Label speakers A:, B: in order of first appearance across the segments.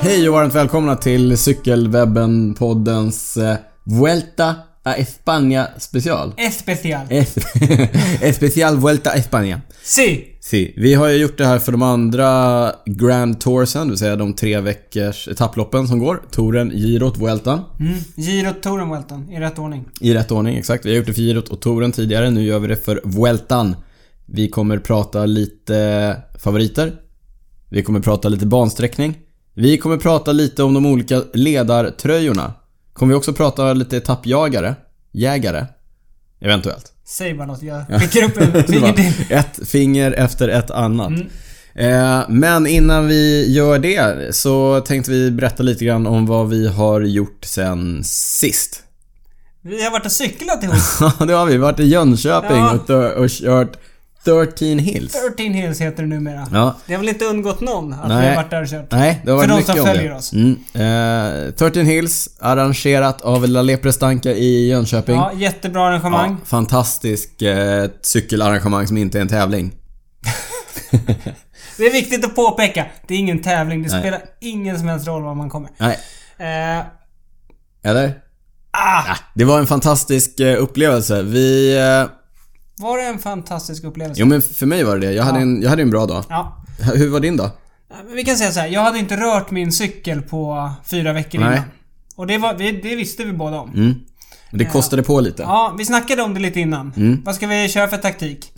A: Hej och varmt välkomna till Cykelwebben-poddens eh, Vuelta a España special.
B: Especial.
A: Es Especial Vuelta a España.
B: Si.
A: Si. Vi har ju gjort det här för de andra Grand Toursen, det vill säga de tre veckors etapploppen som går. Touren, girot, vueltan.
B: Mm. Girot, Touren, Welton. I rätt ordning.
A: I rätt ordning, exakt. Vi har gjort det för girot och touren tidigare. Nu gör vi det för vueltan. Vi kommer prata lite favoriter. Vi kommer prata lite bansträckning. Vi kommer prata lite om de olika ledartröjorna. Kommer vi också prata lite etappjagare? Jägare? Eventuellt.
B: Säg bara något. Jag skickar upp en
A: Det
B: finger
A: var
B: till.
A: ett finger efter ett annat. Eh, Men innan vi gör det så tänkte vi berätta lite grann om vad vi har gjort sen sist.
B: Vi har varit och cyklat ihop.
A: Ja, det har vi. Vi har varit i Jönköping
B: Ja.
A: och, tö- och kört 13 Hills.
B: 13 Hills heter det numera.
A: Ja.
B: Det har väl inte undgått någon att vi
A: Nej.
B: har varit där och kört.
A: Nej, det har
B: För
A: varit
B: de
A: mycket
B: som
A: om
B: följer
A: det.
B: oss.
A: Mm. Eh, 13 Hills, arrangerat av La Leprestanka i Jönköping.
B: Ja, jättebra arrangemang.
A: Ja, fantastisk eh, cykelarrangemang som inte är en tävling.
B: Det är viktigt att påpeka. Det är ingen tävling. Det spelar ingen som helst roll var man kommer.
A: Nej,
B: Eh,
A: eller?
B: ah,
A: Det var en fantastisk eh, upplevelse. Vi... Eh,
B: var det en fantastisk upplevelse?
A: jo men för mig var det det. Jag hade, en, jag hade en bra dag.
B: Ja.
A: Hur var din dag?
B: Nej, men Vi kan säga så här. Jag hade inte rört min cykel på fyra veckor
A: Nej.
B: innan. Och det, var, vi- det visste vi båda om.
A: Mm. Det kostade på lite.
B: Eh. Ja, vi snackade om det lite innan.
A: Mm.
B: Vad ska vi köra för taktik?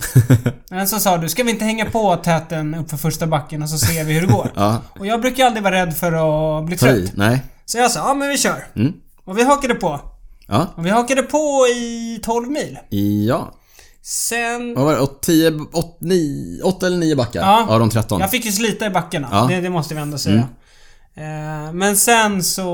B: Men så sa du, ska vi inte hänga på täten uppför första backen och så ser vi hur det går?
A: Ja.
B: Och jag brukar aldrig vara rädd för att bli
A: Ta
B: trött.
A: i. Nej.
B: Så jag sa, ja men vi kör.
A: Mm.
B: Och vi hakade på.
A: Ja.
B: Och vi hakade på i 12 mil.
A: Ja.
B: Sen...
A: Vad var det? 10, 8, 9, 8 eller 9 backar
B: Ja.
A: av de 13?
B: Jag fick ju slita i backarna.
A: Ja. Mm.
B: Det, det måste vi ändå säga. Eh, men sen så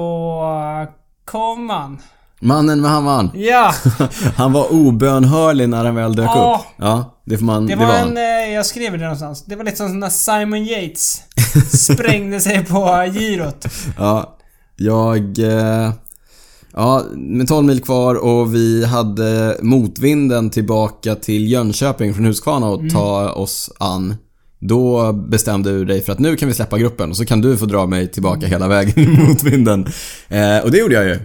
B: kom han.
A: Mannen med hammaren.
B: Ja,
A: Han var obönhörlig när han väl dök
B: Ja.
A: upp. Ja, det får man...
B: det var en... eh, Jag skrev det någonstans. Det var lite som när Simon Yates sprängde sig på girot.
A: Ja. Jag... eh, Ja, med 12 mil kvar och vi hade motvinden tillbaka till Jönköping från Huskvarna
B: Mm.
A: och ta oss an. Då bestämde du dig för att nu kan vi släppa gruppen och så kan du få dra mig
B: Mm.
A: tillbaka hela vägen i motvinden. Eh, och det gjorde jag ju.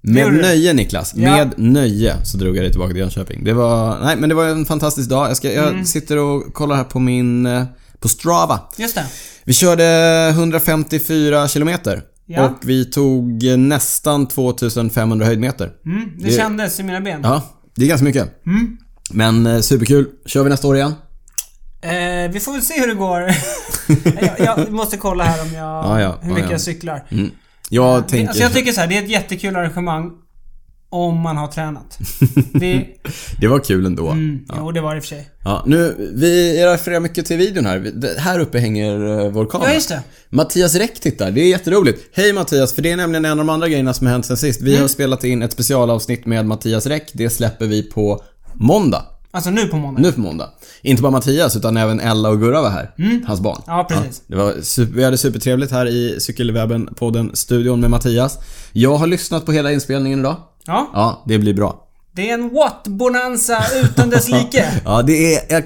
A: Med
B: gjorde du.
A: nöje Niklas.
B: Ja.
A: Med nöje så drog jag dig tillbaka till Jönköping. Det var, nej men det var en fantastisk dag. Jag, ska, jag
B: Mm.
A: sitter och kollar här på min, eh, på Strava.
B: Just det.
A: Vi körde 154 kilometer.
B: Ja.
A: Och vi tog nästan 2500 höjdmeter.
B: Mm, det,
A: Det-
B: kändes i mina ben.
A: Ja, det är ganska mycket. Men eh, superkul. Kör vi nästa år igen?
B: Eh, vi får väl se hur det går. jag, jag måste kolla här om jag...
A: Ja, ja,
B: hur
A: ja,
B: mycket
A: ja.
B: jag cyklar.
A: Mm. Jag tänker...
B: Alltså jag tycker så här, det är ett jättekul arrangemang. Om man har tränat. Det,
A: Det var kul ändå.
B: mm, Jo, det var det i och för sig.
A: Ja, nu, vi jag refererar mycket till videon här. Vi- det- Här uppe hänger eh, vår kamera.
B: Ja, just det.
A: Mattias Räck tittar. Det är jätteroligt. Hej Mattias, för det är nämligen en av de andra grejerna som har hänt sen sist. Vi
B: Mm.
A: har spelat in ett specialavsnitt med Mattias Räck. Det släpper vi på måndag.
B: Alltså nu på måndag.
A: Nu på måndag. Inte bara Mattias utan även Ella och Gurra var här. Hans barn.
B: Mm. Ja, precis.
A: det var super, vi hade supertrevligt här i Cykelwebben podden studion med Mattias. Jag har lyssnat på hela inspelningen idag.
B: Ja.
A: Ja, det blir bra.
B: Det är en what-bonanza utan dess like.
A: Ja, det är, jag-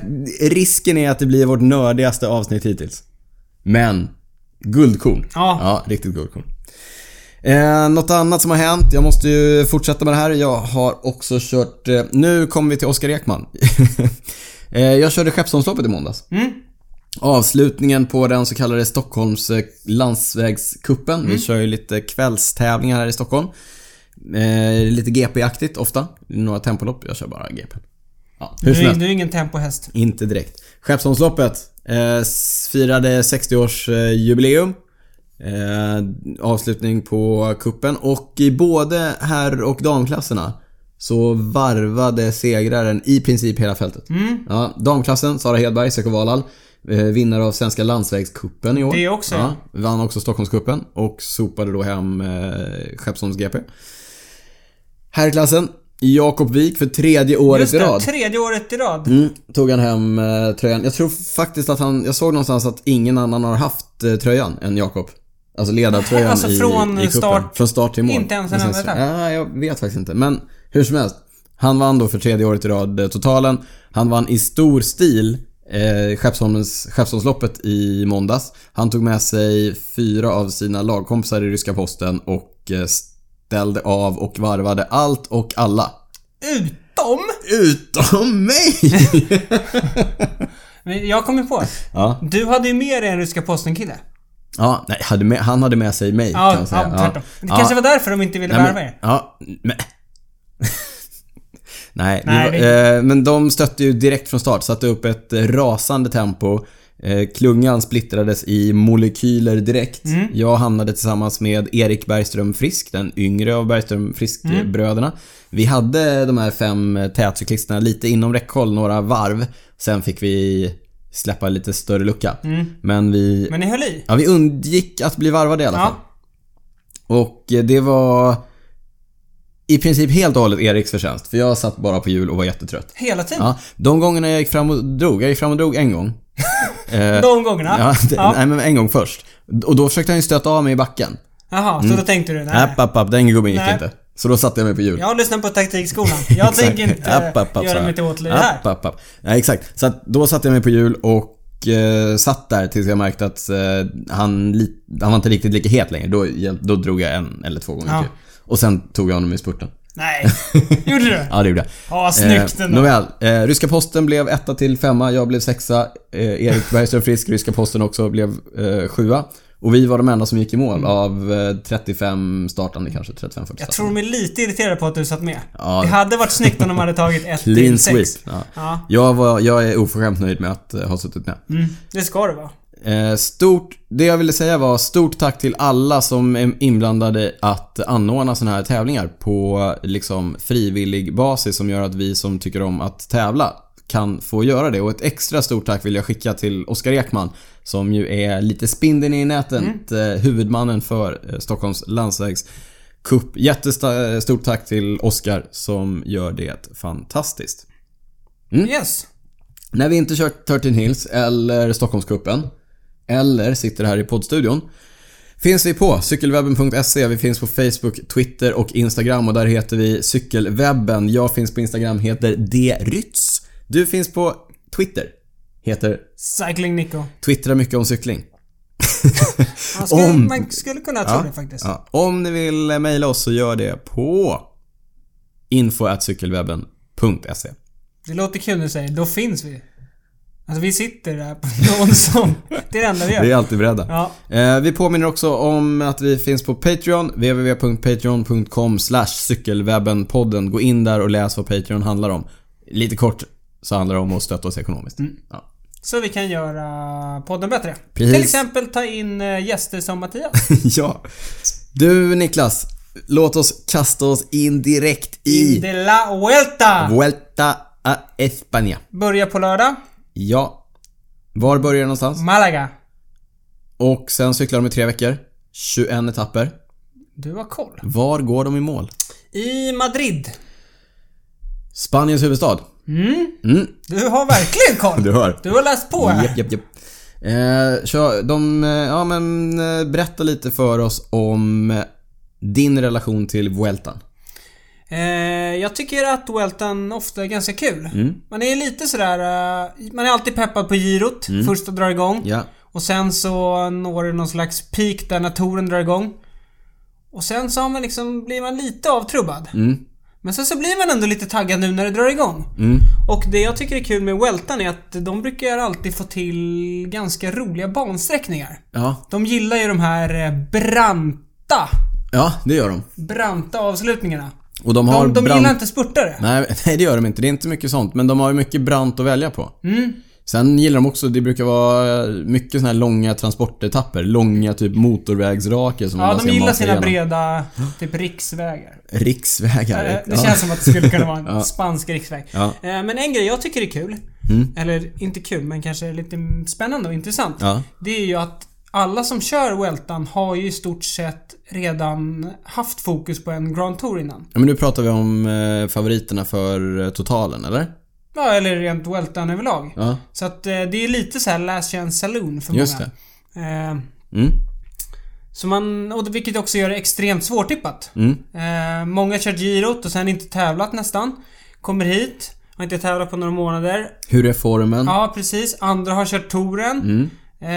A: risken är att det blir vårt nördigaste avsnitt hittills. Men, guldkorn.
B: Ja.
A: ja riktigt guldkorn. Eh, något annat som har hänt, jag måste ju fortsätta med det här. Jag har också kört, eh, nu kommer vi till Oskar Ekman. eh, jag körde Skeppsholmsloppet i måndags.
B: Mm.
A: Avslutningen på den så kallade Stockholms eh, landsvägskuppen.
B: Mm.
A: Vi kör ju lite kvällstävlingar här i Stockholm. Eh, lite GP-aktigt ofta. Några tempolopp, jag kör bara GP. Ja, hur som
B: Du, är-
A: helst,
B: du är ingen tempohäst.
A: inte direkt. Skeppsholmsloppet eh, s- firade 60-årsjubileum. Eh, avslutning på kuppen och i både herr och damklasserna så varvade segraren i princip hela fältet.
B: Mm.
A: Ja, damklassen, Sara Hedberg, Seko Valal. Eh, vinnare av svenska landsvägscupen i år.
B: Det också,
A: Ja, vann också Stockholmscupen och sopade då hem eh, Skeppsholms GP. Herrklassen, Jakob Wik för tredje året
B: Just
A: i
B: det,
A: rad.
B: tredje året i rad.
A: Mm, tog han hem eh, tröjan. Jag tror faktiskt att han, jag såg någonstans att ingen annan har haft eh, tröjan än Jakob. Alltså ledartröjan
B: Alltså
A: i,
B: från
A: i cupen.
B: start-
A: Från start till mål.
B: inte ens en
A: Men sen
B: enda
A: så-
B: etapp.
A: Ja, jag vet faktiskt inte. Men hur som helst. Han vann då för tredje året i rad eh, totalen. Han vann i stor stil eh, Skeppsholmens, Skeppsholmsloppet i måndags. Han tog med sig fyra av sina lagkompisar i ryska posten och eh, ställde av och varvade allt och alla.
B: Utom...
A: Utom mig!
B: Men Jag kommer på.
A: ja.
B: Du hade ju med dig en ryska posten-kille.
A: ja, nej, hade med, han hade med sig mig kan
B: Ja,
A: man säga.
B: ja, tvärtom. Det kanske var därför de inte ville
A: Nej,
B: värva
A: men,
B: er.
A: ja, men... Nej,
B: Nej,
A: vi,
B: det-
A: eh, men de stötte ju direkt från start. Satte upp ett eh, rasande tempo. Eh, klungan splittrades i molekyler direkt.
B: Mm.
A: Jag hamnade tillsammans med Erik Bergström Frisk, den yngre av Bergström Frisk-bröderna.
B: Mm.
A: Vi hade de här fem eh, tätcyklisterna lite inom räckhåll, några varv. Sen fick vi släppa lite större lucka. Men vi...
B: Mm. Men ni höll i.
A: Ja, vi undgick att bli varvade i alla fall.
B: Ja.
A: Och eh, det var i princip helt och hållet Eriks förtjänst. För jag satt bara på jul och var jättetrött.
B: Hela tiden.
A: Ja, de gångerna jag gick fram och drog, jag gick fram och drog en gång. Eh,
B: De gångerna.
A: ja, det,
B: Ja.
A: Nej, men en gång först. Och då försökte han ju stöta av mig i backen.
B: Jaha, så då tänkte du nej.
A: Mm. App, app, app, den gubben gick
B: Nej.
A: inte. Så då satte jag mig på jul.
B: Jag lyssnar på taktikskolan. Jag
A: Exakt.
B: tänker inte
A: App, app, app,
B: göra
A: sa
B: mig
A: jag.
B: till åtlöje här.
A: App, app, app. Nej, exakt. Så att då satte jag mig på hjul och eh, satt där tills jag märkte att eh, han, li- han var inte riktigt lika het längre. Då, hjäl- då drog jag en eller två gånger
B: Ja.
A: till. Och sen tog jag honom i spurten.
B: Nej. Gjorde du?
A: Ja, det gjorde jag.
B: Ja, snyggt
A: Eh,
B: ändå.
A: Nåväl, eh, Ryska Posten blev etta till femma, jag blev sexa. Eh, Erik Bergström Frisk, Ryska Posten också, blev eh, sjua. Och vi var de enda som gick i mål av eh, 35 startande kanske, 35-40 startande.
B: Mm. Jag tror mig lite irriterad på att du satt med.
A: Ja.
B: Det hade varit snyggt om de hade tagit ett
A: Clean
B: till sex.
A: sweep. Ja.
B: Ja.
A: Jag, var, jag är oförskämt nöjd med att eh, ha suttit med.
B: Mm, det ska det vara.
A: Eh, stort, det jag ville säga var stort tack till alla som är inblandade att anordna sådana här tävlingar på eh, liksom frivillig basis som gör att vi som tycker om att tävla kan få göra det. Och ett extra stort tack vill jag skicka till Oskar Ekman som ju är lite spindeln i nätet,
B: Mm.
A: eh, huvudmannen för eh, Stockholms landsvägscup. Jättestort tack till Oskar som gör det fantastiskt. Mm.
B: Yes.
A: När vi inte kört 13 Hills eller Stockholmscupen eller sitter här i poddstudion finns vi på cykelwebben.se. Vi finns på Facebook, Twitter och Instagram och där heter vi cykelwebben. Jag finns på Instagram, heter drytz. Du finns på Twitter, heter
B: Cycling Nico.
A: Twittra mycket om cykling.
B: Man skulle,
A: Om-
B: man skulle kunna tro det faktiskt.
A: Ja. Om ni vill eh, mejla oss så gör det på info.cykelwebben.se.
B: Det låter kul när du säger då finns vi. Alltså vi sitter där på någon som... Det är det enda vi
A: Vi
B: gör.
A: är alltid beredda.
B: Ja.
A: Eh, Vi påminner också om att vi finns på Patreon, www.patreon.com cykelwebbenpodden. Gå in där och läs vad Patreon handlar om. Lite kort så handlar det om att stötta oss ekonomiskt. Ja.
B: Så vi kan göra podden bättre.
A: Precis.
B: Till exempel ta in eh, gäster som Mattias.
A: ja. Du Niklas, låt oss kasta oss in direkt i
B: De la Vuelta!
A: Vuelta a España.
B: Börjar på lördag.
A: Ja. Var börjar det någonstans?
B: Malaga.
A: Och sen cyklar de i tre veckor. 21 etapper.
B: Du har koll.
A: Var går de i mål?
B: I Madrid.
A: Spaniens huvudstad.
B: Mm.
A: Mm,
B: Du har verkligen koll.
A: du hör.
B: Du har läst på här.
A: Japp, japp, japp. Eh, kör, de, eh, ja men eh, berätta lite för oss om eh, din relation till Vueltan.
B: Eh, jag tycker att Welton ofta är ganska kul.
A: Mm.
B: Man är lite sådär... eh, man är alltid peppad på girot.
A: Mm.
B: Första drar igång.
A: Ja.
B: Och sen så når det någon slags peak där när touren drar igång. Och sen så har man liksom, blir man lite avtrubbad.
A: Mm.
B: Men sen så blir man ändå lite taggad nu när det drar igång.
A: Mm.
B: Och det jag tycker är kul med Weltan är att de brukar alltid få till ganska roliga bansträckningar.
A: Ja.
B: De gillar ju de här eh, branta,
A: ja, det gör de.
B: branta avslutningarna.
A: Och de har
B: De, de
A: brant...
B: gillar inte spurtare.
A: nej, nej, det gör de inte. Det är inte mycket sånt. Men de har ju mycket brant att välja på.
B: Mm.
A: Sen gillar de också, det brukar vara eh, mycket såna här långa transportetapper. Långa typ motorvägsraker som man
B: Ja,
A: bara
B: de
A: ser
B: gillar
A: mata
B: sina
A: igenom.
B: breda, typ riksvägar.
A: Riksvägar.
B: Eh, Det
A: ja.
B: känns som att det skulle kunna vara en spansk riksväg.
A: Ja. Mm.
B: Eh, Men en grej jag tycker är kul, eller inte kul men kanske lite spännande och intressant.
A: Ja.
B: Det är ju att alla som kör Weltan har ju i stort sett redan haft fokus på en Grand Tour innan.
A: ja, men nu pratar vi om eh, favoriterna för eh, totalen, eller?
B: Ja, eller rent Weltan överlag.
A: Ja.
B: Så att eh, det är lite så här last chance saloon för
A: Just
B: många. Det. Eh,
A: Mm.
B: så man, och det- vilket också gör det extremt svårtippat.
A: Mm.
B: Eh, många kör girot och sen inte tävlat nästan. Kommer hit. har inte tävlat på några månader.
A: Hur är formen?
B: Ja, precis. Andra har kört touren. Eh,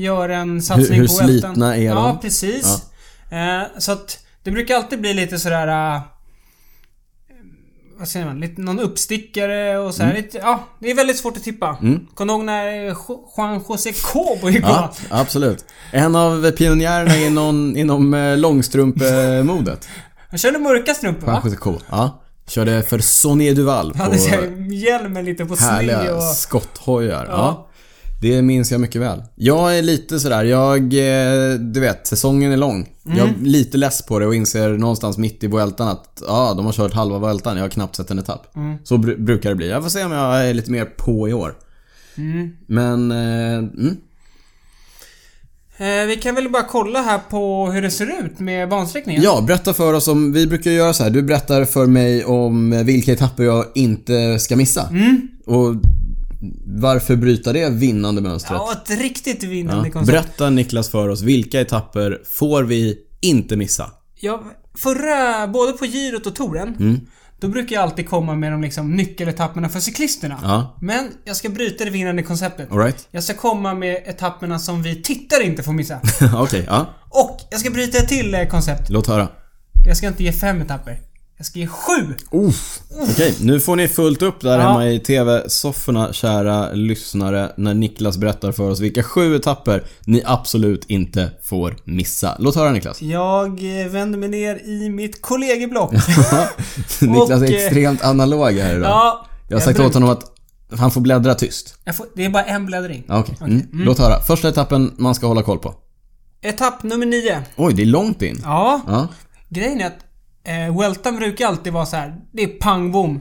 B: gör en
A: Mm. Hur-
B: satsning
A: hur
B: på Weltan.
A: slitna är de?
B: Ja, precis. Eh, så att det brukar alltid bli lite sådär... eh, vad säger man? Lite, någon uppstickare och så
A: Mm.
B: här. Lite, ja, det är väldigt svårt att tippa. Kommer du ihåg när eh, Jo- Juan José Cobo gick
A: Ja,
B: bra?
A: absolut. En av pionjärerna inom, inom eh, långstrump-modet.
B: Han körde mörka strumpor va?
A: Kanske så cool. Ja. Körde för Sonny Duval på
B: Han hade så här hjälmen lite på sned
A: härliga
B: och...
A: skotthojar. Ja.
B: Ja.
A: Det minns jag mycket väl. Jag är lite sådär, jag... eh, Du vet, säsongen är lång.
B: Mm.
A: Jag är lite less på det och inser någonstans mitt i Vueltan att ja, de har kört halva Vueltan. Jag har knappt sett en etapp.
B: Mm.
A: Så br- brukar det bli. Jag får se om jag är lite mer på i år.
B: Mm.
A: Men... Eh, mm.
B: Eh, vi kan väl bara kolla här på hur det ser ut med bansträckningen.
A: Ja, berätta för oss om... Vi brukar göra så här. Du berättar för mig om vilka etapper jag inte ska missa.
B: Mm.
A: Och varför bryta det vinnande mönstret?
B: Ja, ett riktigt vinnande koncept.
A: Berätta Niklas för oss, vilka etapper får vi inte missa?
B: Ja, förra, både på girot och touren,
A: Mm.
B: då brukar jag alltid komma med de liksom nyckeletapperna för cyklisterna.
A: Ja.
B: Men jag ska bryta det vinnande konceptet.
A: Alright?
B: Jag ska komma med etapperna som vi tittare inte får missa.
A: Okej, ja.
B: och jag ska bryta ett till eh, koncept.
A: Låt höra.
B: Jag ska inte ge fem etapper. Jag ska ge sju.
A: Uff. Okej, nu får ni fullt upp där
B: Ja.
A: hemma i TV-sofforna, kära lyssnare, när Niklas berättar för oss vilka sju etapper ni absolut inte får missa. Låt höra Niklas.
B: Jag eh, vänder mig ner i mitt kollegieblock.
A: Niklas är
B: Och, eh,
A: extremt analog här idag.
B: ja,
A: jag har sagt
B: bruk-
A: åt honom att han får bläddra tyst.
B: jag får, Det är bara en bläddring.
A: Ja, Okej, mm. låt höra. Första etappen man ska hålla koll på.
B: Etapp nummer nio.
A: Oj, det är långt in.
B: Ja.
A: Ja.
B: Grejen är att eh, Weltan brukar alltid vara så här. Det är pang bom.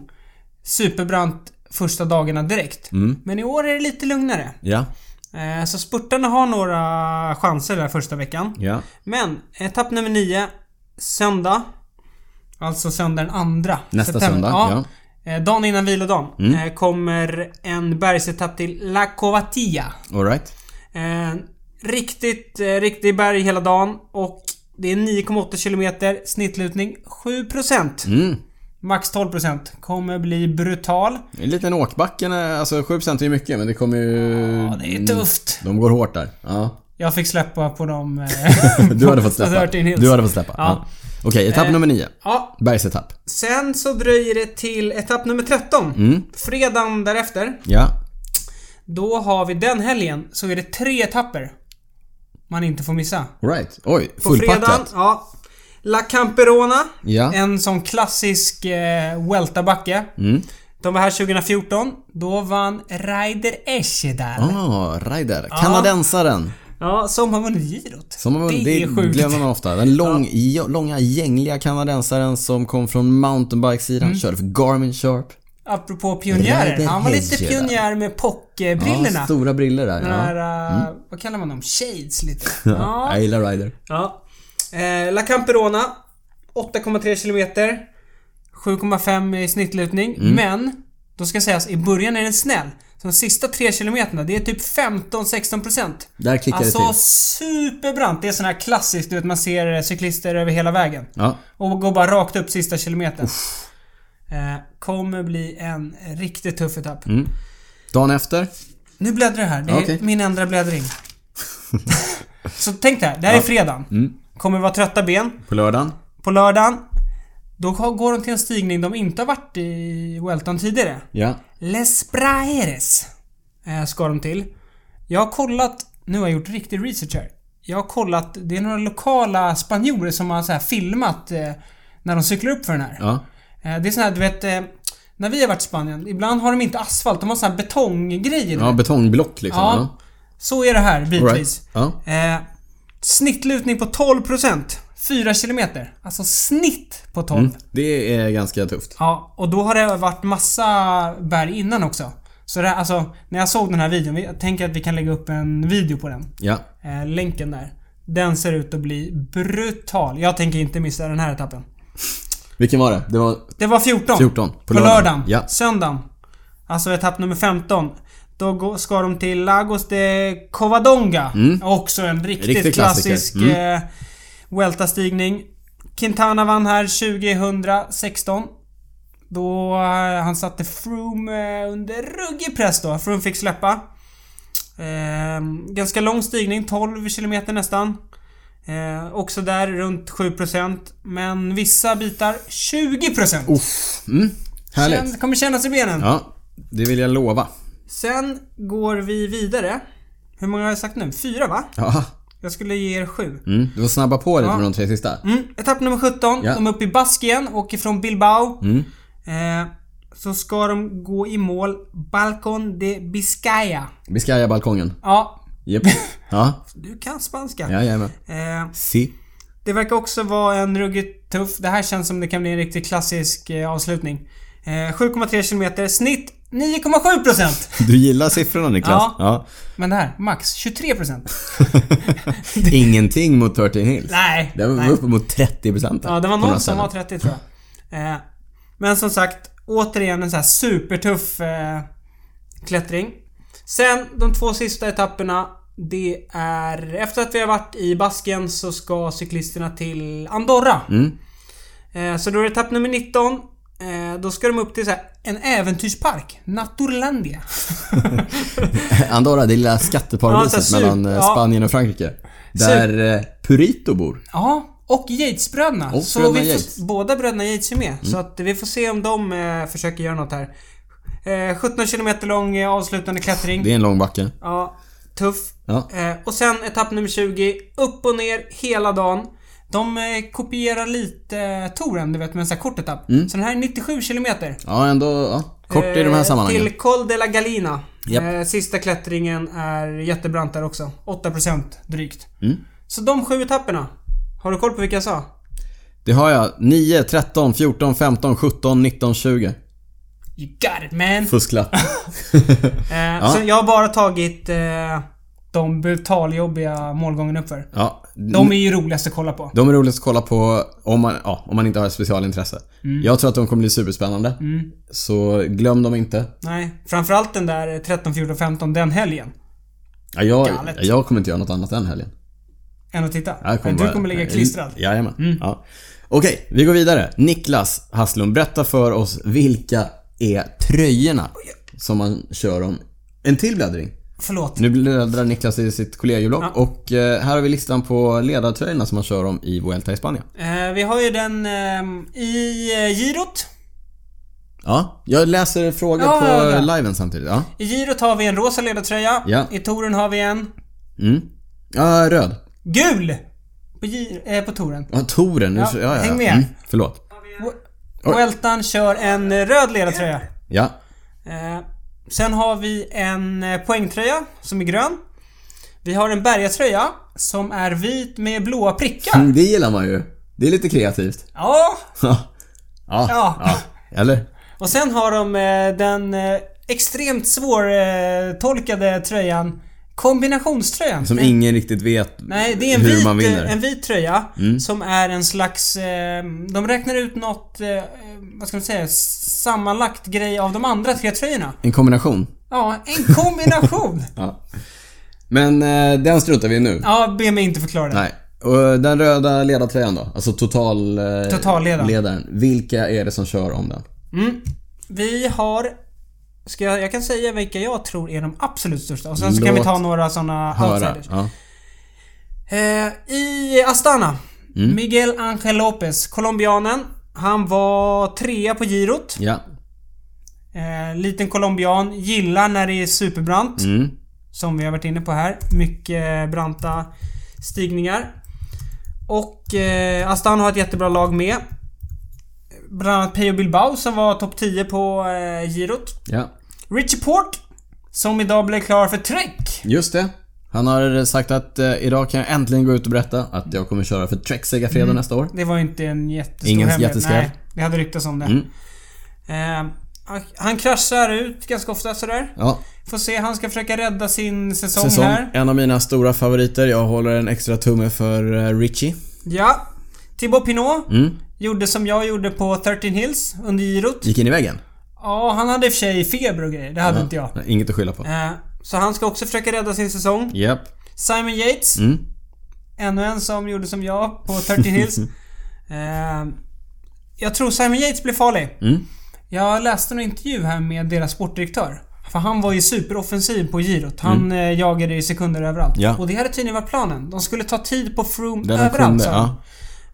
B: Superbrant första dagarna direkt.
A: Mm.
B: Men i år är det lite lugnare.
A: Ja.
B: Eh, så spurtarna har några chanser där första veckan.
A: Ja.
B: Men etapp nummer 9. Söndag. Alltså söndag den andra.
A: Nästa söndag, Mm.
B: Eh, dagen innan vilodagen. Eh, kommer en bergsetapp till La Covatilla.
A: Alright.
B: Eh, riktigt, eh, riktig berg hela dagen och det är 9,8 kilometer snittlutning 7%.
A: Mm.
B: Max 12%. Kommer bli brutal.
A: Det är En liten åkbacke, när- alltså 7% är ju mycket men det kommer ju...
B: Ja, det är tufft.
A: De går hårt där. Ja.
B: Jag fick släppa på dem. eh,
A: Du hade fått
B: på
A: släppa.
B: 13 hills.
A: Du hade fått släppa. Ja.
B: Ja.
A: Okej, etapp nummer 9.
B: Ja,
A: Bergsetapp.
B: sen så dröjer det till etapp nummer 13.
A: Mm.
B: Fredagen därefter.
A: Ja.
B: Då har vi den helgen så är det tre etapper. Man inte får missa.
A: Alright. Oj,
B: På fredagen,
A: fullpackat.
B: ja. La Camperona.
A: Ja.
B: En sån klassisk eh, weltabacke.
A: Mm.
B: De var här 2014. Då vann Ryder Esche där.
A: Ah, Ryder. Kanadensaren.
B: Ja, som har vunnit girot.
A: Som man, det
B: det är sjukt.
A: glömmer man ofta. Den lång, jo- långa gängliga kanadensaren som kom från mountainbikesidan.
B: Mm.
A: Körde för Garmin Sharp.
B: Apropå pionjärer.
A: Ryder
B: Han var lite
A: Esche
B: pionjär med
A: Ja,
B: pockbrillorna.
A: stora briller där.
B: Den här,
A: Ja.
B: eh, vad kallar man dem? Shades lite.
A: Ja. Jag gillar Ryder.
B: Ja. Eh, La Camperona. 8,3 kilometer. 7,5 i snittlutning.
A: Mm.
B: Men, då ska sägas, i början är den snäll. Så de sista 3 kilometerna, det är typ 15-16 procent.
A: Där klickar det
B: Alltså
A: till.
B: superbrant. Det är sån här klassiskt, du vet man ser cyklister över hela vägen.
A: Ja.
B: Och går bara rakt upp sista kilometern. Eh, kommer bli en riktigt tuff etapp.
A: Dagen efter.
B: Nu bläddrar jag här. Det är
A: Mm. Okej.
B: min andra bläddring. Så tänk det här. Det här är fredagen.
A: Mm.
B: Kommer vara trötta ben.
A: På lördagen.
B: På lördagen, då har- går de till en stigning de inte har varit i Welton tidigare.
A: Ja.
B: Les Praeres eh, ska de till. Jag har kollat, nu har jag gjort riktig research här. Jag har kollat, det är några lokala spanjorer som har så här filmat eh, när de cyklar upp för den här.
A: Ja.
B: Eh, det är sån här, du vet, eh, när vi har varit i Spanien, ibland har de inte asfalt, de har sån här betonggrejer.
A: Ja, betongblock liksom.
B: Ja,
A: Ja.
B: så är det här bitvis.
A: Alright. Ja.
B: Eh, snittlutning på 12%. 4 kilometer. Alltså snitt på 12.
A: Mm. Det är ganska tufft.
B: Ja, och då har det varit massa berg innan också. Så det, här- alltså, när jag såg den här videon, vi- jag tänker att vi kan lägga upp en video på den.
A: Ja.
B: Eh, länken där. Den ser ut att bli brutal. Jag tänker inte missa den här etappen.
A: Vilken var det? Det var...
B: Det var 14.
A: 14, på
B: På, lördagen.
A: lördagen. Ja.
B: Söndagen. Alltså etapp nummer 15. Då går- ska de till Lagos de Covadonga. Också en riktigt
A: Mm. Riktig klassiker. Mm.
B: klassisk eh, Vuelta-stigning. Quintana vann här 2016. Då eh, han satte Froome eh, under ruggig press då. Froome fick släppa. Ehm, ganska lång stigning, 12 kilometer nästan. Eh, också där runt 7%. Men vissa bitar 20%.
A: Uff. Mm. Härligt.
B: Känn, kommer kännas i benen.
A: Ja, det vill jag lova.
B: Sen går vi vidare. Hur många har jag sagt nu? Fyra va?
A: Ja.
B: Jag skulle ge er sju.
A: Mm. Du får snabba på lite med de tre sista.
B: Mm, etapp nummer 17.
A: Ja. Mm.
B: De är uppe i Baskien, åker från Bilbao. Eh, så ska de gå i mål Balcon de Biscaya.
A: Biscaya balkongen.
B: Ja,
A: Japp. Ja,
B: du kan spanska.
A: jajamän.
B: Eh,
A: Si.
B: det verkar också vara en ruggigt tuff... Det här känns som det kan bli en riktigt klassisk eh, avslutning. Eh, 7,3 km, snitt 9,7%.
A: Du gillar siffrorna Niklas? Ja.
B: Men det här, max 23%.
A: Ingenting mot 13 Hills.
B: Nej,
A: Det var
B: nej.
A: uppemot 30 procent.
B: Ja, det var någon som var 30 tror jag. Eh, men som sagt, återigen en så här supertuff eh, klättring. Sen de två sista etapperna. Det är... Efter att vi har varit i Basken så ska cyklisterna till Andorra.
A: Mm.
B: Eh, så då är det etapp nummer 19. Eh, då ska de upp till så här, en äventyrspark. Naturlandia.
A: Andorra, det lilla
B: Ja,
A: skatteparadiset
B: så här,
A: mellan eh,
B: ja.
A: Spanien och Frankrike. Där eh, Purito bor.
B: Ja, och Yates-bröderna.
A: Och
B: så
A: bröderna Mm.
B: vi
A: Yates.
B: får, båda bröderna Yates är med. Så att vi får se om de eh, försöker göra något här. Eh, 17 km lång eh, avslutande klättring.
A: Det är en lång backe.
B: Ja, tuff.
A: Ja.
B: Eh, och sen etapp nummer 20. Upp och ner hela dagen. De eh, kopierar lite eh, touren, du vet, med en sån här kort etapp. Så den här är 97 km.
A: Ja, ändå ja. kort i Mm. de här sammanhangen.
B: Eh, Till Col de la Galina.
A: Japp.
B: Eh, sista klättringen är jättebrant där också. 8% drygt.
A: Mm.
B: Så de sju etapperna. Har du koll på vilka jag sa?
A: Det har jag. 9, 13, 14, 15, 17, 19, 20.
B: You got it man!
A: Fusklapp.
B: Eh, Så jag har bara tagit eh, de brutaljobbiga målgången uppför.
A: ja.
B: De är ju roligast att kolla på.
A: De är roligt att kolla på om man, ja, om man inte har ett specialintresse.
B: Mm.
A: Jag tror att de kommer bli superspännande. Så glöm dem inte.
B: Nej, framförallt den där 13, 14, 15 den helgen.
A: Ja, jag,
B: Galet.
A: jag kommer inte göra något annat än helgen.
B: Än att titta.
A: Jag
B: Men
A: bara-
B: du kommer ligga klistrad. Mm.
A: Jajamän. Ja. Okej, vi går vidare. Niklas Hasslund, berätta för oss vilka är tröjorna som man kör om en till bläddring?
B: Förlåt.
A: Nu bläddrar Niklas i sitt kollegieblock och eh, här har vi listan på ledartröjorna som man kör om i Vuelta i Spanien.
B: Eh, vi har ju den ehm, i eh, girot.
A: Ja, jag läser frågor
B: Ja,
A: på
B: ja, ja.
A: liven samtidigt. Ja.
B: I girot har vi en rosa ledartröja.
A: Ja.
B: I touren har vi en
A: Mm. Ja, röd.
B: gul. På, gir- eh, på touren.
A: Ja, Toren. Nu, ja, ja, ja.
B: häng med.
A: Mm, förlåt. Oj.
B: Vueltan kör en eh, röd ledartröja.
A: Ja.
B: Eh, sen har vi en eh, poängtröja som är grön. Vi har en bergatröja som är vit med blåa prickar.
A: Mm, Det gillar man ju. Det är lite kreativt.
B: Ja.
A: ja. Ja.
B: Ja.
A: Eller?
B: Och sen har de eh, den eh, extremt svårtolkade eh, tolkade tröjan Kombinationströjan.
A: Som ingen riktigt vet
B: Nej, det är en
A: hur
B: vit,
A: man vinner. Mm.
B: eh, en vit tröja som är en slags... Eh, de räknar ut något, eh, vad ska man säga, sammanlagt grej av de andra tre tröjorna.
A: En kombination.
B: Ja, en kombination!
A: Ja. Men eh, den struntar vi i nu.
B: ja, be mig inte förklara det.
A: Nej. Och den röda ledartröjan då? Alltså total... Eh,
B: Totalledaren.
A: ledaren. Vilka är det som kör om den?
B: Mm. Vi har... Ska jag, jag kan säga vilka jag tror är de absolut största. Och sen så kan
A: Låt
B: vi ta några såna
A: Höra.
B: outsiders.
A: Ja.
B: Eh, I Astana.
A: Mm.
B: Miguel Angel Lopez, colombianen. Han var trea på girot.
A: ja.
B: Eh, liten colombian. Gillar när det är superbrant.
A: Mm.
B: Som vi har varit inne på här. Mycket branta stigningar. Och eh, Astana har ett jättebra lag med. Bland annat Peyo Bilbao som var topp 10 på eh, girot.
A: Ja.
B: Richie Port Som idag blev klar för Trek
A: Just det. Han har sagt att eh, idag kan jag äntligen gå ut och berätta att jag kommer köra för Trek Sega
B: Mm.
A: Fredag nästa år.
B: Det var inte en jättestor
A: Ingen
B: hemlighet
A: jätteskräll. Mm.
B: Nej, det hade ryktats om det eh, han- Han kraschar ut ganska ofta sådär
A: Ja,
B: Får se, han ska försöka rädda sin säsong,
A: säsong.
B: här
A: En av mina stora favoriter. Jag håller en extra tumme för eh, Richie.
B: Ja Thibaut Pinot
A: Mm.
B: Gjorde som jag gjorde på 13 Hills under girot
A: Gick in i väggen.
B: Ja, han hade i och för sig feber och grejer Det hade inte jag
A: Nej, Inget att skylla på.
B: eh, Så han ska också försöka rädda sin säsong
A: Japp.
B: Simon Yates
A: Mm.
B: Ännu en som gjorde som jag på 13 Hills. eh, jag tror Simon Yates blir farlig.
A: Mm.
B: Jag läste en intervju här med deras sportdirektör. För han var ju superoffensiv på girot. Han eh, jagade i sekunder överallt.
A: Mm. Ja.
B: Och det hade tydligen varit planen. De skulle ta tid på Froome
A: Den
B: överallt
A: kunde,
B: sa han.
A: ja.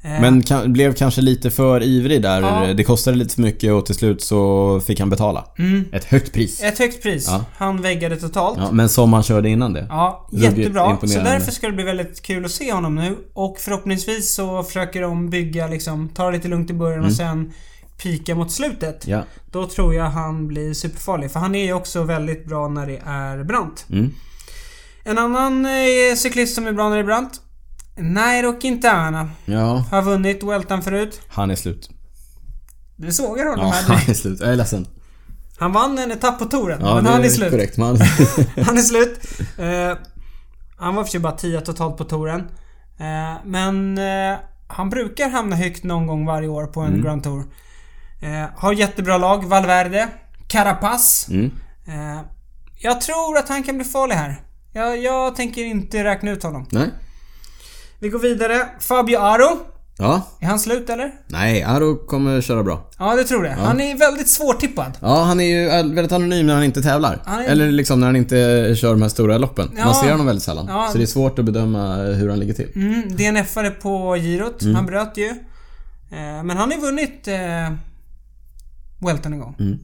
A: Men kan, blev kanske lite för ivrig där.
B: Ja.
A: Det kostade lite för mycket och till slut så fick han betala.
B: Mm.
A: Ett högt pris.
B: Eh, Ett högt pris.
A: Ja.
B: Han väggade totalt.
A: Ja, men som han körde innan det.
B: Ja,
A: Ruggigt
B: jättebra. Så
A: imponerande.
B: därför ska det bli väldigt kul att se honom nu. Och förhoppningsvis så försöker de bygga liksom, ta det lite lugnt i början
A: Mm.
B: och sen pika mot slutet.
A: Ja.
B: Då tror jag han blir superfarlig. För han är ju också väldigt bra när det är brant.
A: Mm.
B: En annan eh, cyklist som är bra när det är brant. Nairo Quintana.
A: ja,
B: Har vunnit Weltan förut.
A: han är slut.
B: Du sågar honom
A: Ja,
B: här.
A: han är slut. Jag är ledsen.
B: Han vann en etapp på touren.
A: Ja,
B: men
A: det
B: han är slut.
A: Korrekt, man.
B: Han är slut. Eh, han var för sig bara 10 totalt på touren. Eh, men eh, han brukar hamna högt någon gång varje år på en
A: Mm.
B: Grand Tour. Eh, har jättebra lag. Valverde. Carapaz.
A: Mm.
B: Eh, jag tror att han kan bli farlig här. Jag, jag tänker inte räkna ut honom.
A: Nej.
B: Vi går vidare. Fabio Aro.
A: Ja.
B: Är han slut eller?
A: Nej, Aro kommer köra bra.
B: Ja, det tror jag. Han är väldigt svårtippad.
A: Ja, han är ju väldigt anonym när han inte tävlar.
B: Han är-
A: Eller liksom när han inte kör de här stora loppen.
B: Ja.
A: Man ser honom väldigt sällan.
B: Ja.
A: Så det är svårt att bedöma hur han ligger till.
B: Mm, DNF-are på girot.
A: Mm.
B: Han bröt ju. Eh, men han har ju vunnit eh, Welton en gång.
A: Mm.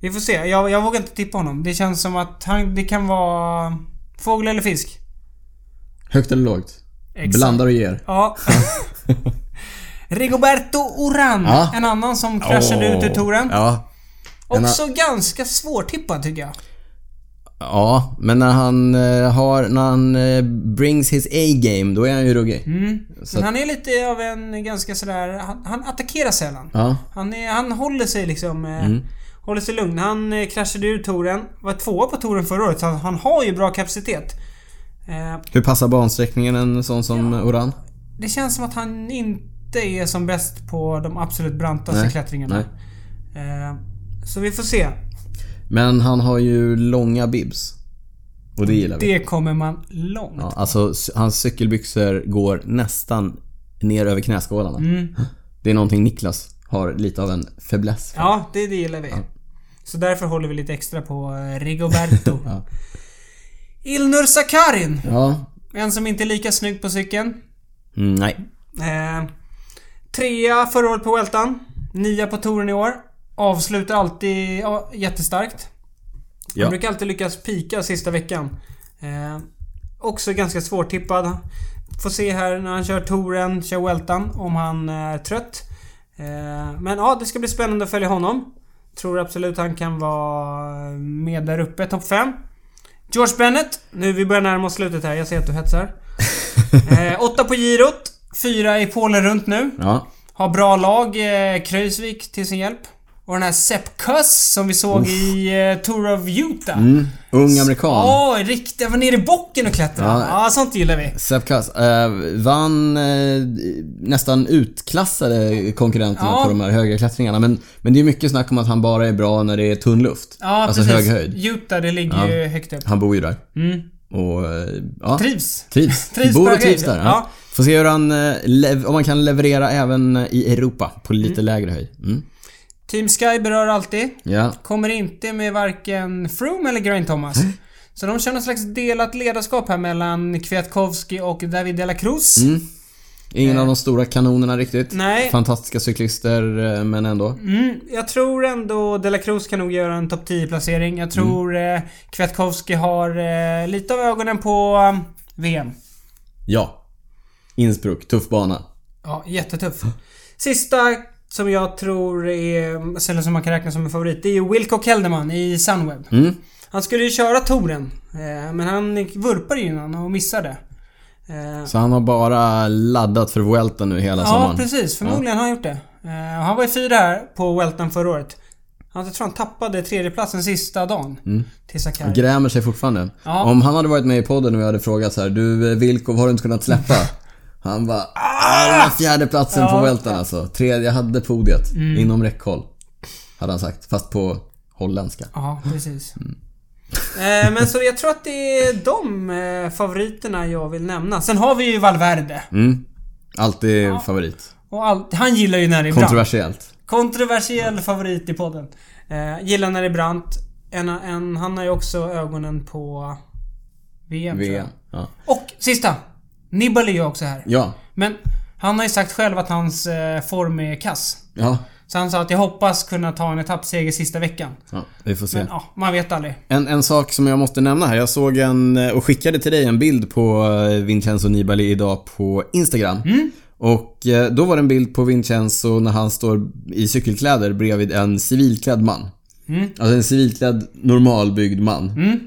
B: Vi får se. Jag, jag vågar inte tippa honom. Det känns som att han, det kan vara fågel eller fisk.
A: Högt eller lågt?
B: Exakt.
A: Blandar och ger.
B: Ja. Rigoberto Oran.
A: Ja.
B: En annan som kraschade
A: Åh.
B: ut ur touren.
A: Ja.
B: Också ganska svårtippad tycker jag.
A: Ja, men när han eh, har, när han eh, brings his A-game, då är han ju ruggig.
B: Mm.
A: Så
B: Men
A: att-
B: han är lite av en ganska sådär... Han, han attackerar sällan.
A: Ja.
B: Han, är, han håller sig liksom... eh,
A: Mm.
B: Håller sig lugn. Han eh, kraschade ur touren. Var tvåa på touren förra året, så han, han har ju bra kapacitet. Eh,
A: Hur passar bansträckningen en sån som Oran?
B: det känns som att han inte är som bäst på de absolut brantaste
A: Nej,
B: klättringarna. Eh, så vi får se.
A: Men han har ju långa bibs. Och det gillar vi.
B: Det kommer man långt.
A: Ja, alltså c- hans cykelbyxor går nästan ner över knäskålarna.
B: Mm.
A: Det är någonting Niklas har lite av en fäbless för.
B: Ja, det, det gillar vi. Så därför håller vi lite extra på eh, Rigoberto.
A: Ja.
B: Ilnur Sakarin.
A: Ja.
B: En som inte är lika snygg på cykeln.
A: Mm, nej.
B: Eh, trea förra året på Weltan. Nia på touren i år. Avslutar alltid ja, jättestarkt. Han
A: Ja.
B: brukar alltid lyckas pika sista veckan. Eh, också ganska svårtippad. Får se här när han kör touren, kör Weltan, om han är trött. Eh, men ja, det ska bli spännande att följa honom. Tror absolut han kan vara med där uppe, topp 5. George Bennett. Nu, vi börjar närma oss slutet här. Jag ser att du hetsar. Eh, åtta på girot. Fyra i Polen runt nu.
A: Ja.
B: Har bra lag. Eh, Kreuzvik till sin hjälp. Och den här Sepp Kuss som vi såg i eh, Tour of Utah.
A: Mm. Ung amerikan.
B: Ja, riktigt. Jag var nere i bocken och klättrade. Ja,
A: Ja.
B: sånt gillar vi.
A: Sepp Kuss, eh, vann eh, nästan utklassade konkurrenterna
B: Ja.
A: på de här höga klättringarna. Men, men det är mycket snack om att han bara är bra när det är tunn luft.
B: Ja,
A: alltså
B: precis.
A: hög höjd.
B: Utah, det ligger ju högt upp.
A: Han bor ju där.
B: Mm.
A: Och eh, ja,
B: Trivs.
A: trivs.
B: Trivs på
A: bor och
B: hög
A: trivs
B: höjd.
A: där. Ja.
B: Ja.
A: Får se hur han, eh, lev- om han kan leverera även i Europa på lite lägre höjd. Mm.
B: Team Sky berör alltid.
A: Ja.
B: Kommer inte med varken Froome eller Geraint Thomas. Så de kör någon slags delat ledarskap här mellan Kwiatkowski och David de la Cruz.
A: Mm. Ingen av de stora kanonerna riktigt.
B: Eh. Nej.
A: Fantastiska cyklister, eh, men ändå.
B: Mm, jag tror ändå De La Cruz kan nog göra en topp 10-placering. Jag tror eh, Kwiatkowski har eh, lite av ögonen på eh, VM.
A: Ja. Innsbruck, tuff bana.
B: Ja, jättetuff. Sista som jag tror är, eller som man kan räkna som en favorit, det är ju Wilco Kelderman i Sunweb.
A: Mm.
B: Han skulle ju köra touren, eh, men han vurpade innan och missade. Eh,
A: Så han har bara laddat för Vuelta nu hela
B: Ja,
A: sommaren.
B: precis. Förmodligen har han gjort det. Eh, han var ju fyra här på Welton förra året. Han, jag tror han tappade tredjeplatsen sista dagen. Till Sakari.
A: Grämer sig fortfarande.
B: Ja.
A: Om han hade varit med i podden och jag hade frågat så här, du eh, Vilkov har du inte kunnat släppa? Han bara, alla fjärde platsen på Vueltan alltså. Tredje, jag hade podiet.
B: Mm.
A: Inom räckhåll. Hade han sagt, fast på holländska.
B: Ja, precis. Eh, men så jag tror att det är de eh, favoriterna jag vill nämna. Sen har vi ju Valverde.
A: Mm. Alltid favorit.
B: Och all, han gillar ju när det är bra.
A: Kontroversiellt.
B: Kontroversiell favorit i podden. Eh, gillar när det är brant. En, en, han har ju också ögonen på VM, tror
A: VM.
B: jag.
A: Ja.
B: Och sista! Nibali är ju också här.
A: Ja.
B: Men han har ju sagt själv att hans eh, form är kass.
A: Ja.
B: Så han sa att jag hoppas kunna ta en etappseger sista veckan.
A: ja. Vi får se.
B: Men ja, man vet aldrig.
A: En, en sak som jag måste nämna här. Jag såg en, eh, och skickade till dig en bild på eh, Vincenzo Nibali idag på Instagram. Och eh, då var det en bild på Vincenzo när han står i cykelkläder bredvid en civilklädd man.
B: Mm.
A: Alltså en civilklädd, normalbyggd man.
B: Mm.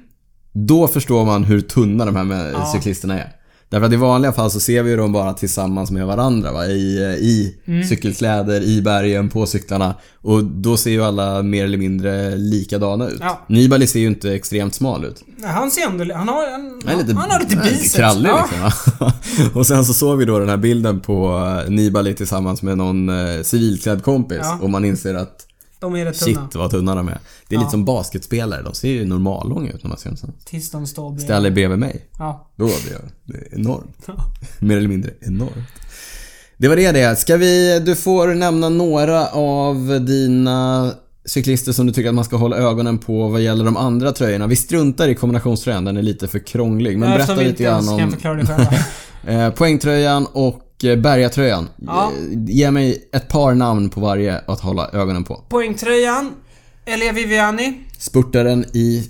A: Då förstår man hur tunna de här med
B: Ja.
A: cyklisterna är. Därför att i vanliga fall så ser vi ju dem bara tillsammans med varandra va? I, eh, i
B: Mm.
A: cykelkläder, i bergen, på cyklarna. Och då ser ju alla mer eller mindre likadana ut.
B: Ja.
A: Nibali ser ju inte extremt smal ut.
B: Nej, Han ser ändå... Han har, han,
A: Han är lite,
B: han har lite
A: han är
B: biceps.
A: krallig
B: Ja.
A: liksom. va? och sen så såg vi då den här bilden på eh, Nibali tillsammans med någon eh, civilklädd kompis.
B: Ja.
A: Och man inser att
B: De är rätt
A: shit
B: tunna.
A: vad tunna de är. Det är lite som basketspelare. De ser ju normallånga ut när man ser dem. sen.
B: Tills de står bredvid.
A: Ställ dig bredvid mig.
B: Ja.
A: Då blir jag det är enormt. Mer eller mindre enormt. Det var det det. Ska vi, du får nämna några av dina cyklister som du tycker att man ska hålla ögonen på vad gäller de andra tröjorna. Vi struntar i kombinationströjan, den är lite för krånglig. Men
B: Men
A: berätta
B: Eftersom vi
A: lite
B: inte ens
A: grann
B: kan
A: om
B: förklara det själva.
A: eh, poängtröjan och eh, bergatröjan.
B: Ja.
A: Eh, Ge mig ett par namn på varje att hålla ögonen på.
B: Poängtröjan. Elia Viviani.
A: Spurtaren i...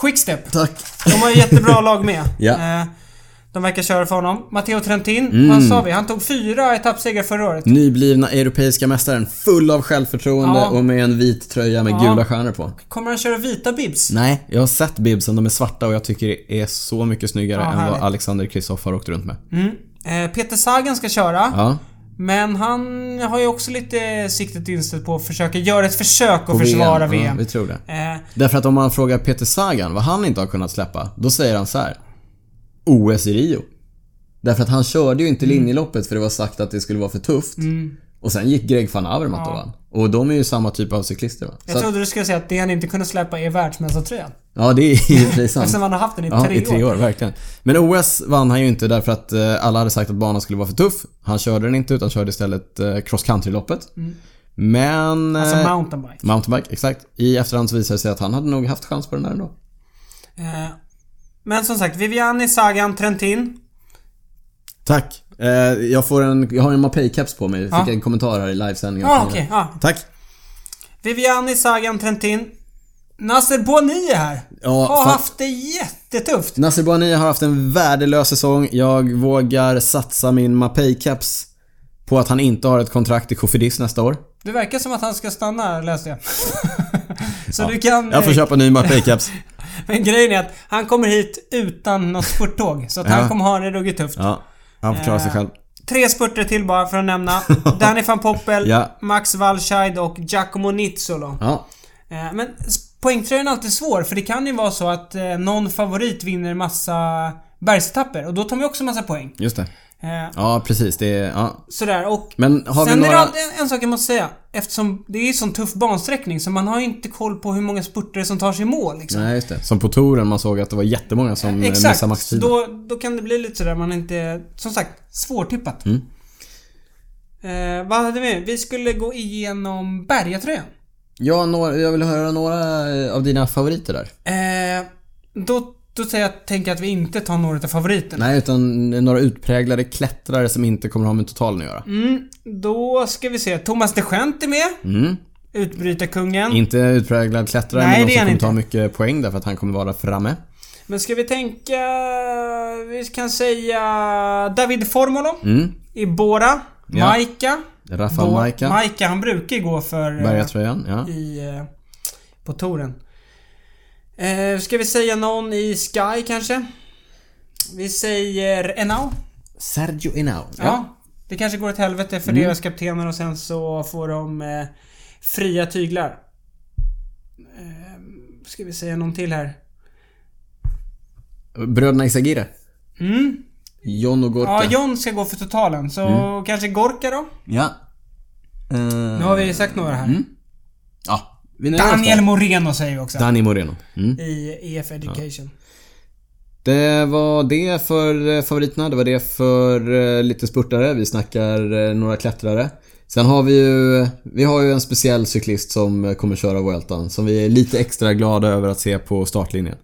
B: Quickstep.
A: Tack.
B: De har jättebra lag med.
A: Ja. Mm.
B: Eh, De verkar köra för honom. Matteo Trentin. Vad sa vi? Han tog fyra etappsegrar förra året.
A: Nyblivna europeiska mästaren, full av självförtroende
B: Ja.
A: och med en vit tröja med
B: Ja.
A: gula stjärnor på.
B: Kommer han köra vita bibs?
A: Nej, jag har sett bibsen. De är svarta och jag tycker det är så mycket snyggare
B: Ja,
A: än vad
B: härligt.
A: Alexander Kristoff har åkt runt med.
B: Mm. Eh, Peter Sagan ska köra.
A: Ja,
B: Men han har ju också lite siktet inställt på att försöka göra ett försök att försvara
A: Ja,
B: VM.
A: vi tror det.
B: Eh,
A: Därför att om man frågar Peter Sagan vad han inte har kunnat släppa, då säger han så här. OS i Rio. Därför att han körde ju inte
B: Mm.
A: linjeloppet för det var sagt att det skulle vara för tufft. Och sen gick Greg van Avermaet och vann. Och de är ju samma typ av cyklister va? Så
B: jag
A: att,
B: trodde du skulle säga att det han inte kunde släppa är världsmästartröjan.
A: ja, det är ju precis sant.
B: Eftersom han har haft den i,
A: Ja,
B: tre,
A: i tre år. Verkligen. Men OS vann han ju inte därför att eh, alla hade sagt att banan skulle vara för tuff. Han körde den inte utan körde istället eh, cross country-loppet. Men...
B: Mm. Alltså
A: eh,
B: mountainbike.
A: mountainbike, exakt. I efterhand så visade det sig att han hade nog haft chans på den där ändå.
B: Eh, men som sagt, Viviani, Sagan, Trentin.
A: Tack. Eh, jag, får en, jag har en Mapei-keps på mig. Jag fick
B: Ja.
A: en kommentar här i livesändningen.
B: Ja, ah, okej. ja.
A: Tack.
B: Viviani, Sagan, Trentin. Nasser Boni är här.
A: Ja,
B: har
A: fan.
B: haft det jättetufft.
A: Nasser Bouhanni har haft en värdelös säsong. Jag vågar satsa min Mapei-keps på att han inte har ett kontrakt i Kofidis nästa år.
B: Det verkar som att han ska stanna här, läste jag. Så du kan... eh,
A: Jag får köpa en ny Mapei-keps.
B: Men grejen är att han kommer hit utan något spurttåg. Så att han
A: Ja.
B: kommer ha det ruggigt tufft.
A: Ja, han får
B: Eh.
A: klara sig själv.
B: Tre spurter till bara för att nämna. Danny van Poppel,
A: Ja.
B: Max Walscheid och Giacomo Nizzolo.
A: Ja,
B: Eh, Men s- poängtröjan är alltid svår för det kan ju vara så att eh, någon favorit vinner massa bergstapper och då tar man ju också massa poäng.
A: just det.
B: Eh,
A: Ja, precis. Det är, ja.
B: Sådär och...
A: Men har
B: Sen
A: vi
B: är det
A: några...
B: alltid en, en sak jag måste säga. Eftersom det är sån tuff bansträckning så man har ju inte koll på hur många spurtare som tar sig i mål liksom.
A: Nej, just det. Som på touren, man såg att det var jättemånga som eh, missade
B: Exakt. Så
A: maxtiden.
B: då, då kan det bli lite sådär man inte... Som sagt, svårtippat.
A: Mm.
B: Eh, vad hade vi? Vi skulle gå igenom bergatröjan.
A: Ja, några, jag vill höra några eh, av dina favoriter där.
B: Eh, då, då säger jag, tänker jag att vi inte tar några av favoriterna.
A: Nej, utan några utpräglade klättrare som inte kommer ha med totalen att göra.
B: Mm, då ska vi se. Thomas de Gent är med.
A: Mm.
B: Utbrytarkungen.
A: Inte utpräglad klättrare,
B: Nej,
A: men
B: det
A: någon som
B: är han
A: kommer
B: inte.
A: ta mycket poäng därför att han kommer vara framme.
B: Men ska vi tänka... Vi kan säga David Formolo.
A: Mm.
B: Ibora.
A: Ja.
B: Maika.
A: Rafael
B: Då-
A: Maika,
B: Maika, han brukar ju gå för... eh,
A: bergatröjan. Ja.
B: i, eh, på touren. Eh, ska vi säga någon i Sky kanske? Vi säger Enau.
A: Sergio Inau.
B: Ja. Det kanske går åt helvete
A: Mm.
B: för deras kaptener och sen så får de eh, fria tyglar. Eh, ska vi säga någon till här?
A: Bröderna Isagire.
B: Mm.
A: John och Gorka. Mm.
B: Ja, John ska gå för totalen. Så kanske Gorka då?
A: Ja. Eh, mm.
B: Nu har vi sagt några här.
A: ja. Vi nöjer oss
B: Daniel
A: där.
B: Moreno säger vi också.
A: Dani Moreno. Mm.
B: I EF Education.
A: Det var det för eh, favoriterna, det var det för eh, lite spurtare. Vi snackar eh, några klättrare. Sen har vi ju, vi har ju en speciell cyklist som eh, kommer köra Vueltan som vi är lite extra glada över att se på startlinjen.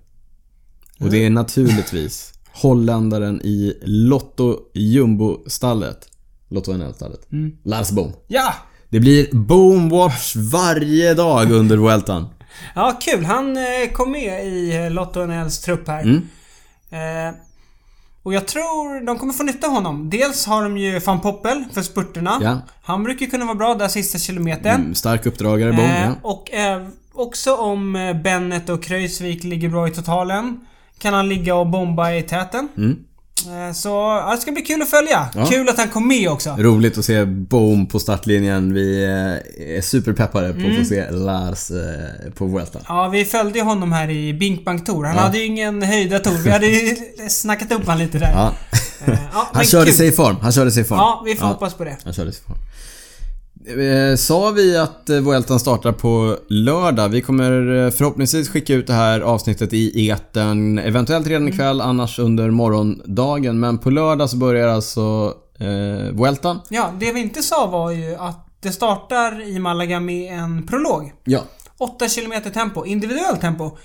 A: Och det är
B: Mm.
A: naturligtvis holländaren i Lotto Jumbo-stallet. Lotto NL-stallet.
B: Mm.
A: Lars Boom.
B: Ja!
A: Det blir Boomwatch varje dag under Vueltan.
B: Ja, kul. Han eh, kom med i eh, Lotto NLs trupp här.
A: Mm.
B: Eh, och jag tror de kommer få nytta av honom. Dels har de ju van Poppel för spurterna.
A: Ja.
B: Han brukar ju kunna vara bra där sista kilometern.
A: Mm, Stark uppdragare Boom,
B: Eh,
A: ja.
B: Och eh, också om eh, Bennet och Kröjsvik ligger bra i totalen kan han ligga och bomba i täten. Eh, så ja, det ska bli kul att följa.
A: Mm. Ja.
B: Kul att han kom med också.
A: Roligt att se Boom på startlinjen. Vi eh, är superpeppade på att
B: Mm.
A: få se Lars eh, på Vueltan.
B: Ja, vi följde ju honom här i Bink Bank Tour. Han hade ju ingen höjda tour. Vi hade ju snackat upp han lite där.
A: Ja.
B: Eh, ja, men
A: Han körde
B: kul.
A: sig i form. Han körde sig i form.
B: Ja, vi får hoppas på det.
A: Han körde sig i form. Eh, Sa vi att eh, Vueltan startar på lördag? Vi kommer eh, förhoppningsvis skicka ut det här avsnittet i etern. Eventuellt redan
B: Mm.
A: ikväll, annars under morgondagen. Men på lördag så börjar alltså eh, Vueltan.
B: Ja, det vi inte sa var ju att det startar i Malaga med en prolog.
A: Ja.
B: 8 km tempo, individuellt tempo.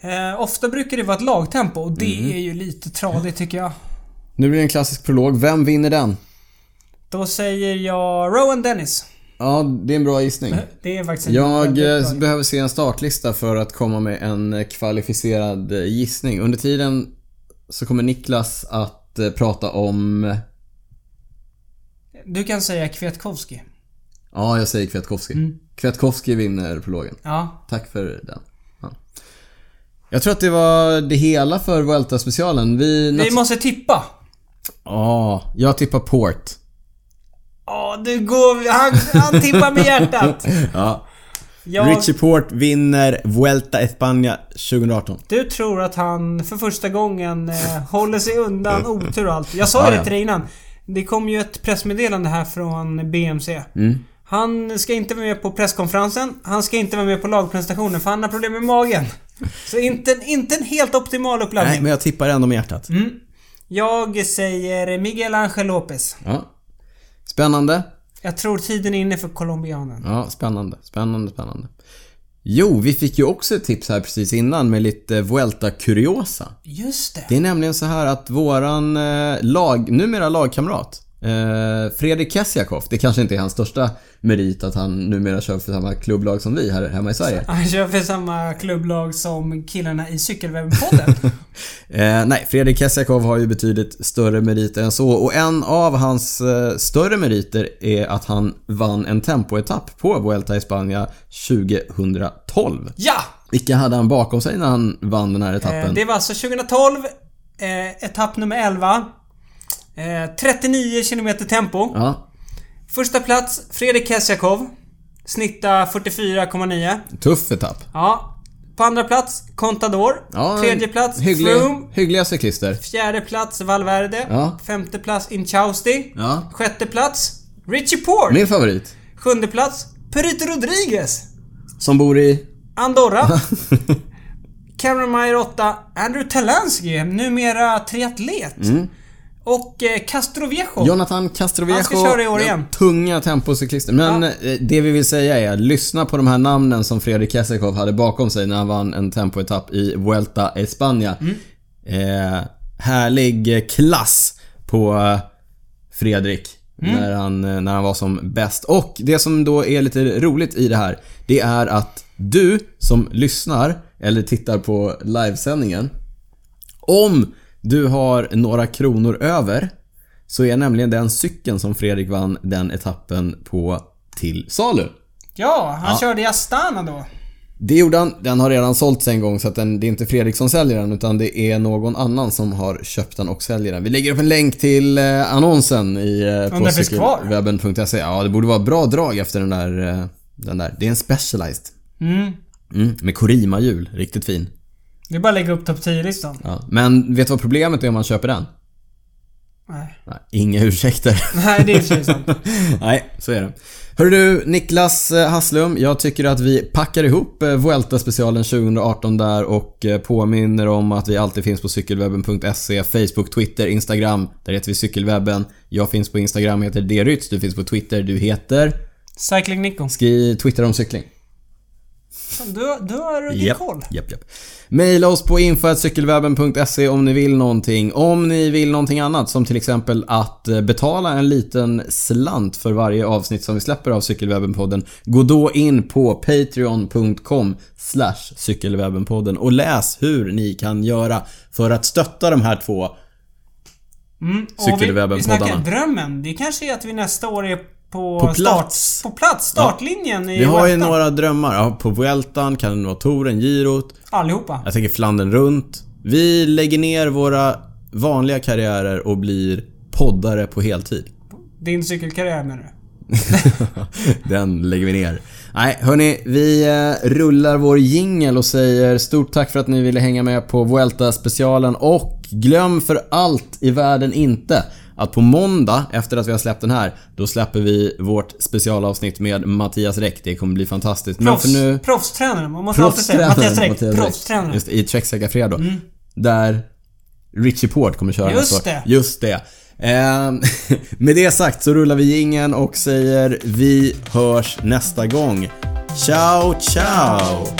B: Eh, ofta brukar det vara ett lagtempo och det
A: Mm.
B: är ju lite tradigt tycker jag.
A: Nu blir det en klassisk prolog. Vem vinner den?
B: Då säger jag Rowan Dennis.
A: Ja, det är en bra gissning.
B: Det är faktiskt en
A: Jag
B: väldigt
A: eh,
B: bra-
A: behöver se en startlista för att komma med en eh, kvalificerad eh, gissning. Under tiden så kommer Niklas att eh, prata om...
B: Du kan säga Kwiatkowski.
A: Ja, jag säger Kwiatkowski. Kwiatkowski vinner prologen.
B: Ja.
A: Tack för den. Ja. Jag tror att det var det hela för Vuelta-specialen. Vi...
B: Vi måste tippa.
A: Ja, jag tippar Port.
B: Ja, du går... Han, han tippar med hjärtat.
A: Ja.
B: Jag,
A: Richie Port vinner Vuelta España 2018.
B: du tror att han för första gången eh, håller sig undan otur och allt. Jag sa ju
A: Ja,
B: det
A: ja.
B: till dig innan. Det kom ju ett pressmeddelande här från BMC.
A: Mm.
B: Han ska inte vara med på presskonferensen. Han ska inte vara med på lagpresentationen för han har problem med magen. Så inte, inte en helt optimal uppladdning.
A: Nej, men jag tippar ändå med hjärtat.
B: Jag säger Miguel Angel Lopez.
A: Ja. Spännande.
B: Jag tror tiden är inne för colombianen.
A: Ja, spännande. Spännande, spännande. Jo, vi fick ju också ett tips här precis innan med lite Vuelta Curiosa.
B: Just det.
A: Det är nämligen så här att våran eh, lag, numera lagkamrat eh, Fredrik Kessiakoff, det kanske inte är hans största merit att han numera kör för samma klubblag som vi här hemma i Sverige.
B: Han kör för samma klubblag som killarna i Cykelwebben-podden.
A: Eh, nej, Fredrik Kessiakoff har ju betydligt större meriter än så och en av hans eh, större meriter är att han vann en tempoetapp på Vuelta i Spanien 2012.
B: ja!
A: Vilka hade han bakom sig när han vann den här
B: Eh,
A: etappen?
B: det var alltså 2012, eh, etapp nummer 11. Eh, 39 km tempo.
A: Ja,
B: Första plats, Fredrik Kessiakov. Snitta 44,9.
A: tuff etapp.
B: Ja. På andra plats, Contador.
A: Ja,
B: Tredje plats,
A: hygglig,
B: Froome.
A: Hyggliga cyklister.
B: Fjärde plats, Valverde.
A: Ja.
B: Femte plats, Inchausti.
A: Ja.
B: Sjätte plats, Richie Port.
A: Min favorit.
B: Sjunde plats, Perito Rodriguez.
A: Som bor i...
B: Andorra. Cameron Meyer 8. Andrew Talansky, numera triatlet.
A: Mm.
B: Och eh, Castro Viejo.
A: Jonathan Castroviejo.
B: Han ska köra i år igen.
A: Tunga tempocyklister. Men eh, det vi vill säga är, lyssna på de här namnen som Fredrik Kessekov hade bakom sig när han vann en tempoetapp i Vuelta España.
B: Mm.
A: Eh, härlig eh, klass på eh, Fredrik.
B: Mm.
A: När, han, eh, när han var som bäst. Och det som då är lite roligt i det här, det är att du som lyssnar eller tittar på livesändningen Om du har några kronor över så är nämligen den cykeln som Fredrik vann den etappen på till salu.
B: Ja, han körde i Astana då.
A: Det gjorde han. Den har redan sålts en gång så att den, det är inte Fredrik som säljer den utan det är någon annan som har köpt den och säljer den. Vi lägger upp en länk till eh, annonsen i, eh,
B: den
A: på
B: finns kvar.
A: cykelwebben.se. Ja, det borde vara bra drag efter den där, eh, den där. Det är en Specialized.
B: Mm.
A: Mm, med Corima-hjul. Riktigt fin.
B: Det är bara att lägga upp topp 10-listan.
A: Ja. Men vet du vad problemet är om man köper den?
B: Nej.
A: Nej, Inga ursäkter.
B: Nej, det är i och för sig sant.
A: Nej, så är det. Hörru du, Niklas eh, Hasslum. Jag tycker att vi packar ihop eh, Vuelta-specialen 2018 där och eh, påminner om att vi alltid finns på cykelwebben.se, Facebook, Twitter, Instagram. Där heter vi cykelwebben. Jag finns på Instagram, heter Drytz. Du finns på Twitter, du heter...
B: Cycling Nikon.
A: Skri Twitter om cykling.
B: Fan, Du, du har din koll.
A: Japp, japp. Maila oss på info.cykelwebben.se om ni vill någonting. Om ni vill någonting annat som till exempel att eh, betala en liten slant för varje avsnitt som vi släpper av Cykelwebben-podden. Gå då in på patreon.com slash cykelwebbenpodden och läs hur ni kan göra för att stötta de här två.
B: Mm, och vi,
A: Cykelwebben-poddarna.
B: vi snackar drömmen. Det kanske är att vi nästa år är på,
A: På plats.
B: Start, på plats, startlinjen i
A: Vi har ju
B: Vuelta.
A: några drömmar. Ja, på Vueltan, kan det vara touren, girot.
B: Allihopa.
A: Jag tänker Flandern runt. Vi lägger ner våra vanliga karriärer och blir poddare på heltid.
B: Din cykelkarriär menar du?
A: Den lägger vi ner. Nej, hörni. Vi eh, rullar vår jingel och säger stort tack för att ni ville hänga med på Vuelta-specialen och glöm för allt i världen inte att på måndag, efter att vi har släppt den här, då släpper vi vårt specialavsnitt med Mattias Räck. Det kommer bli fantastiskt. Men
B: Proffs,
A: för nu...
B: Proffstränaren. Man måste alltid säga Mattias Räck. Proffstränaren. Mm.
A: Just det, i Trexaca Fredo. Där Richie Port kommer köra
B: Just
A: nästa år.
B: det.
A: Just det. Ehm, med det sagt så rullar vi ingen och säger vi hörs nästa gång. Ciao, ciao!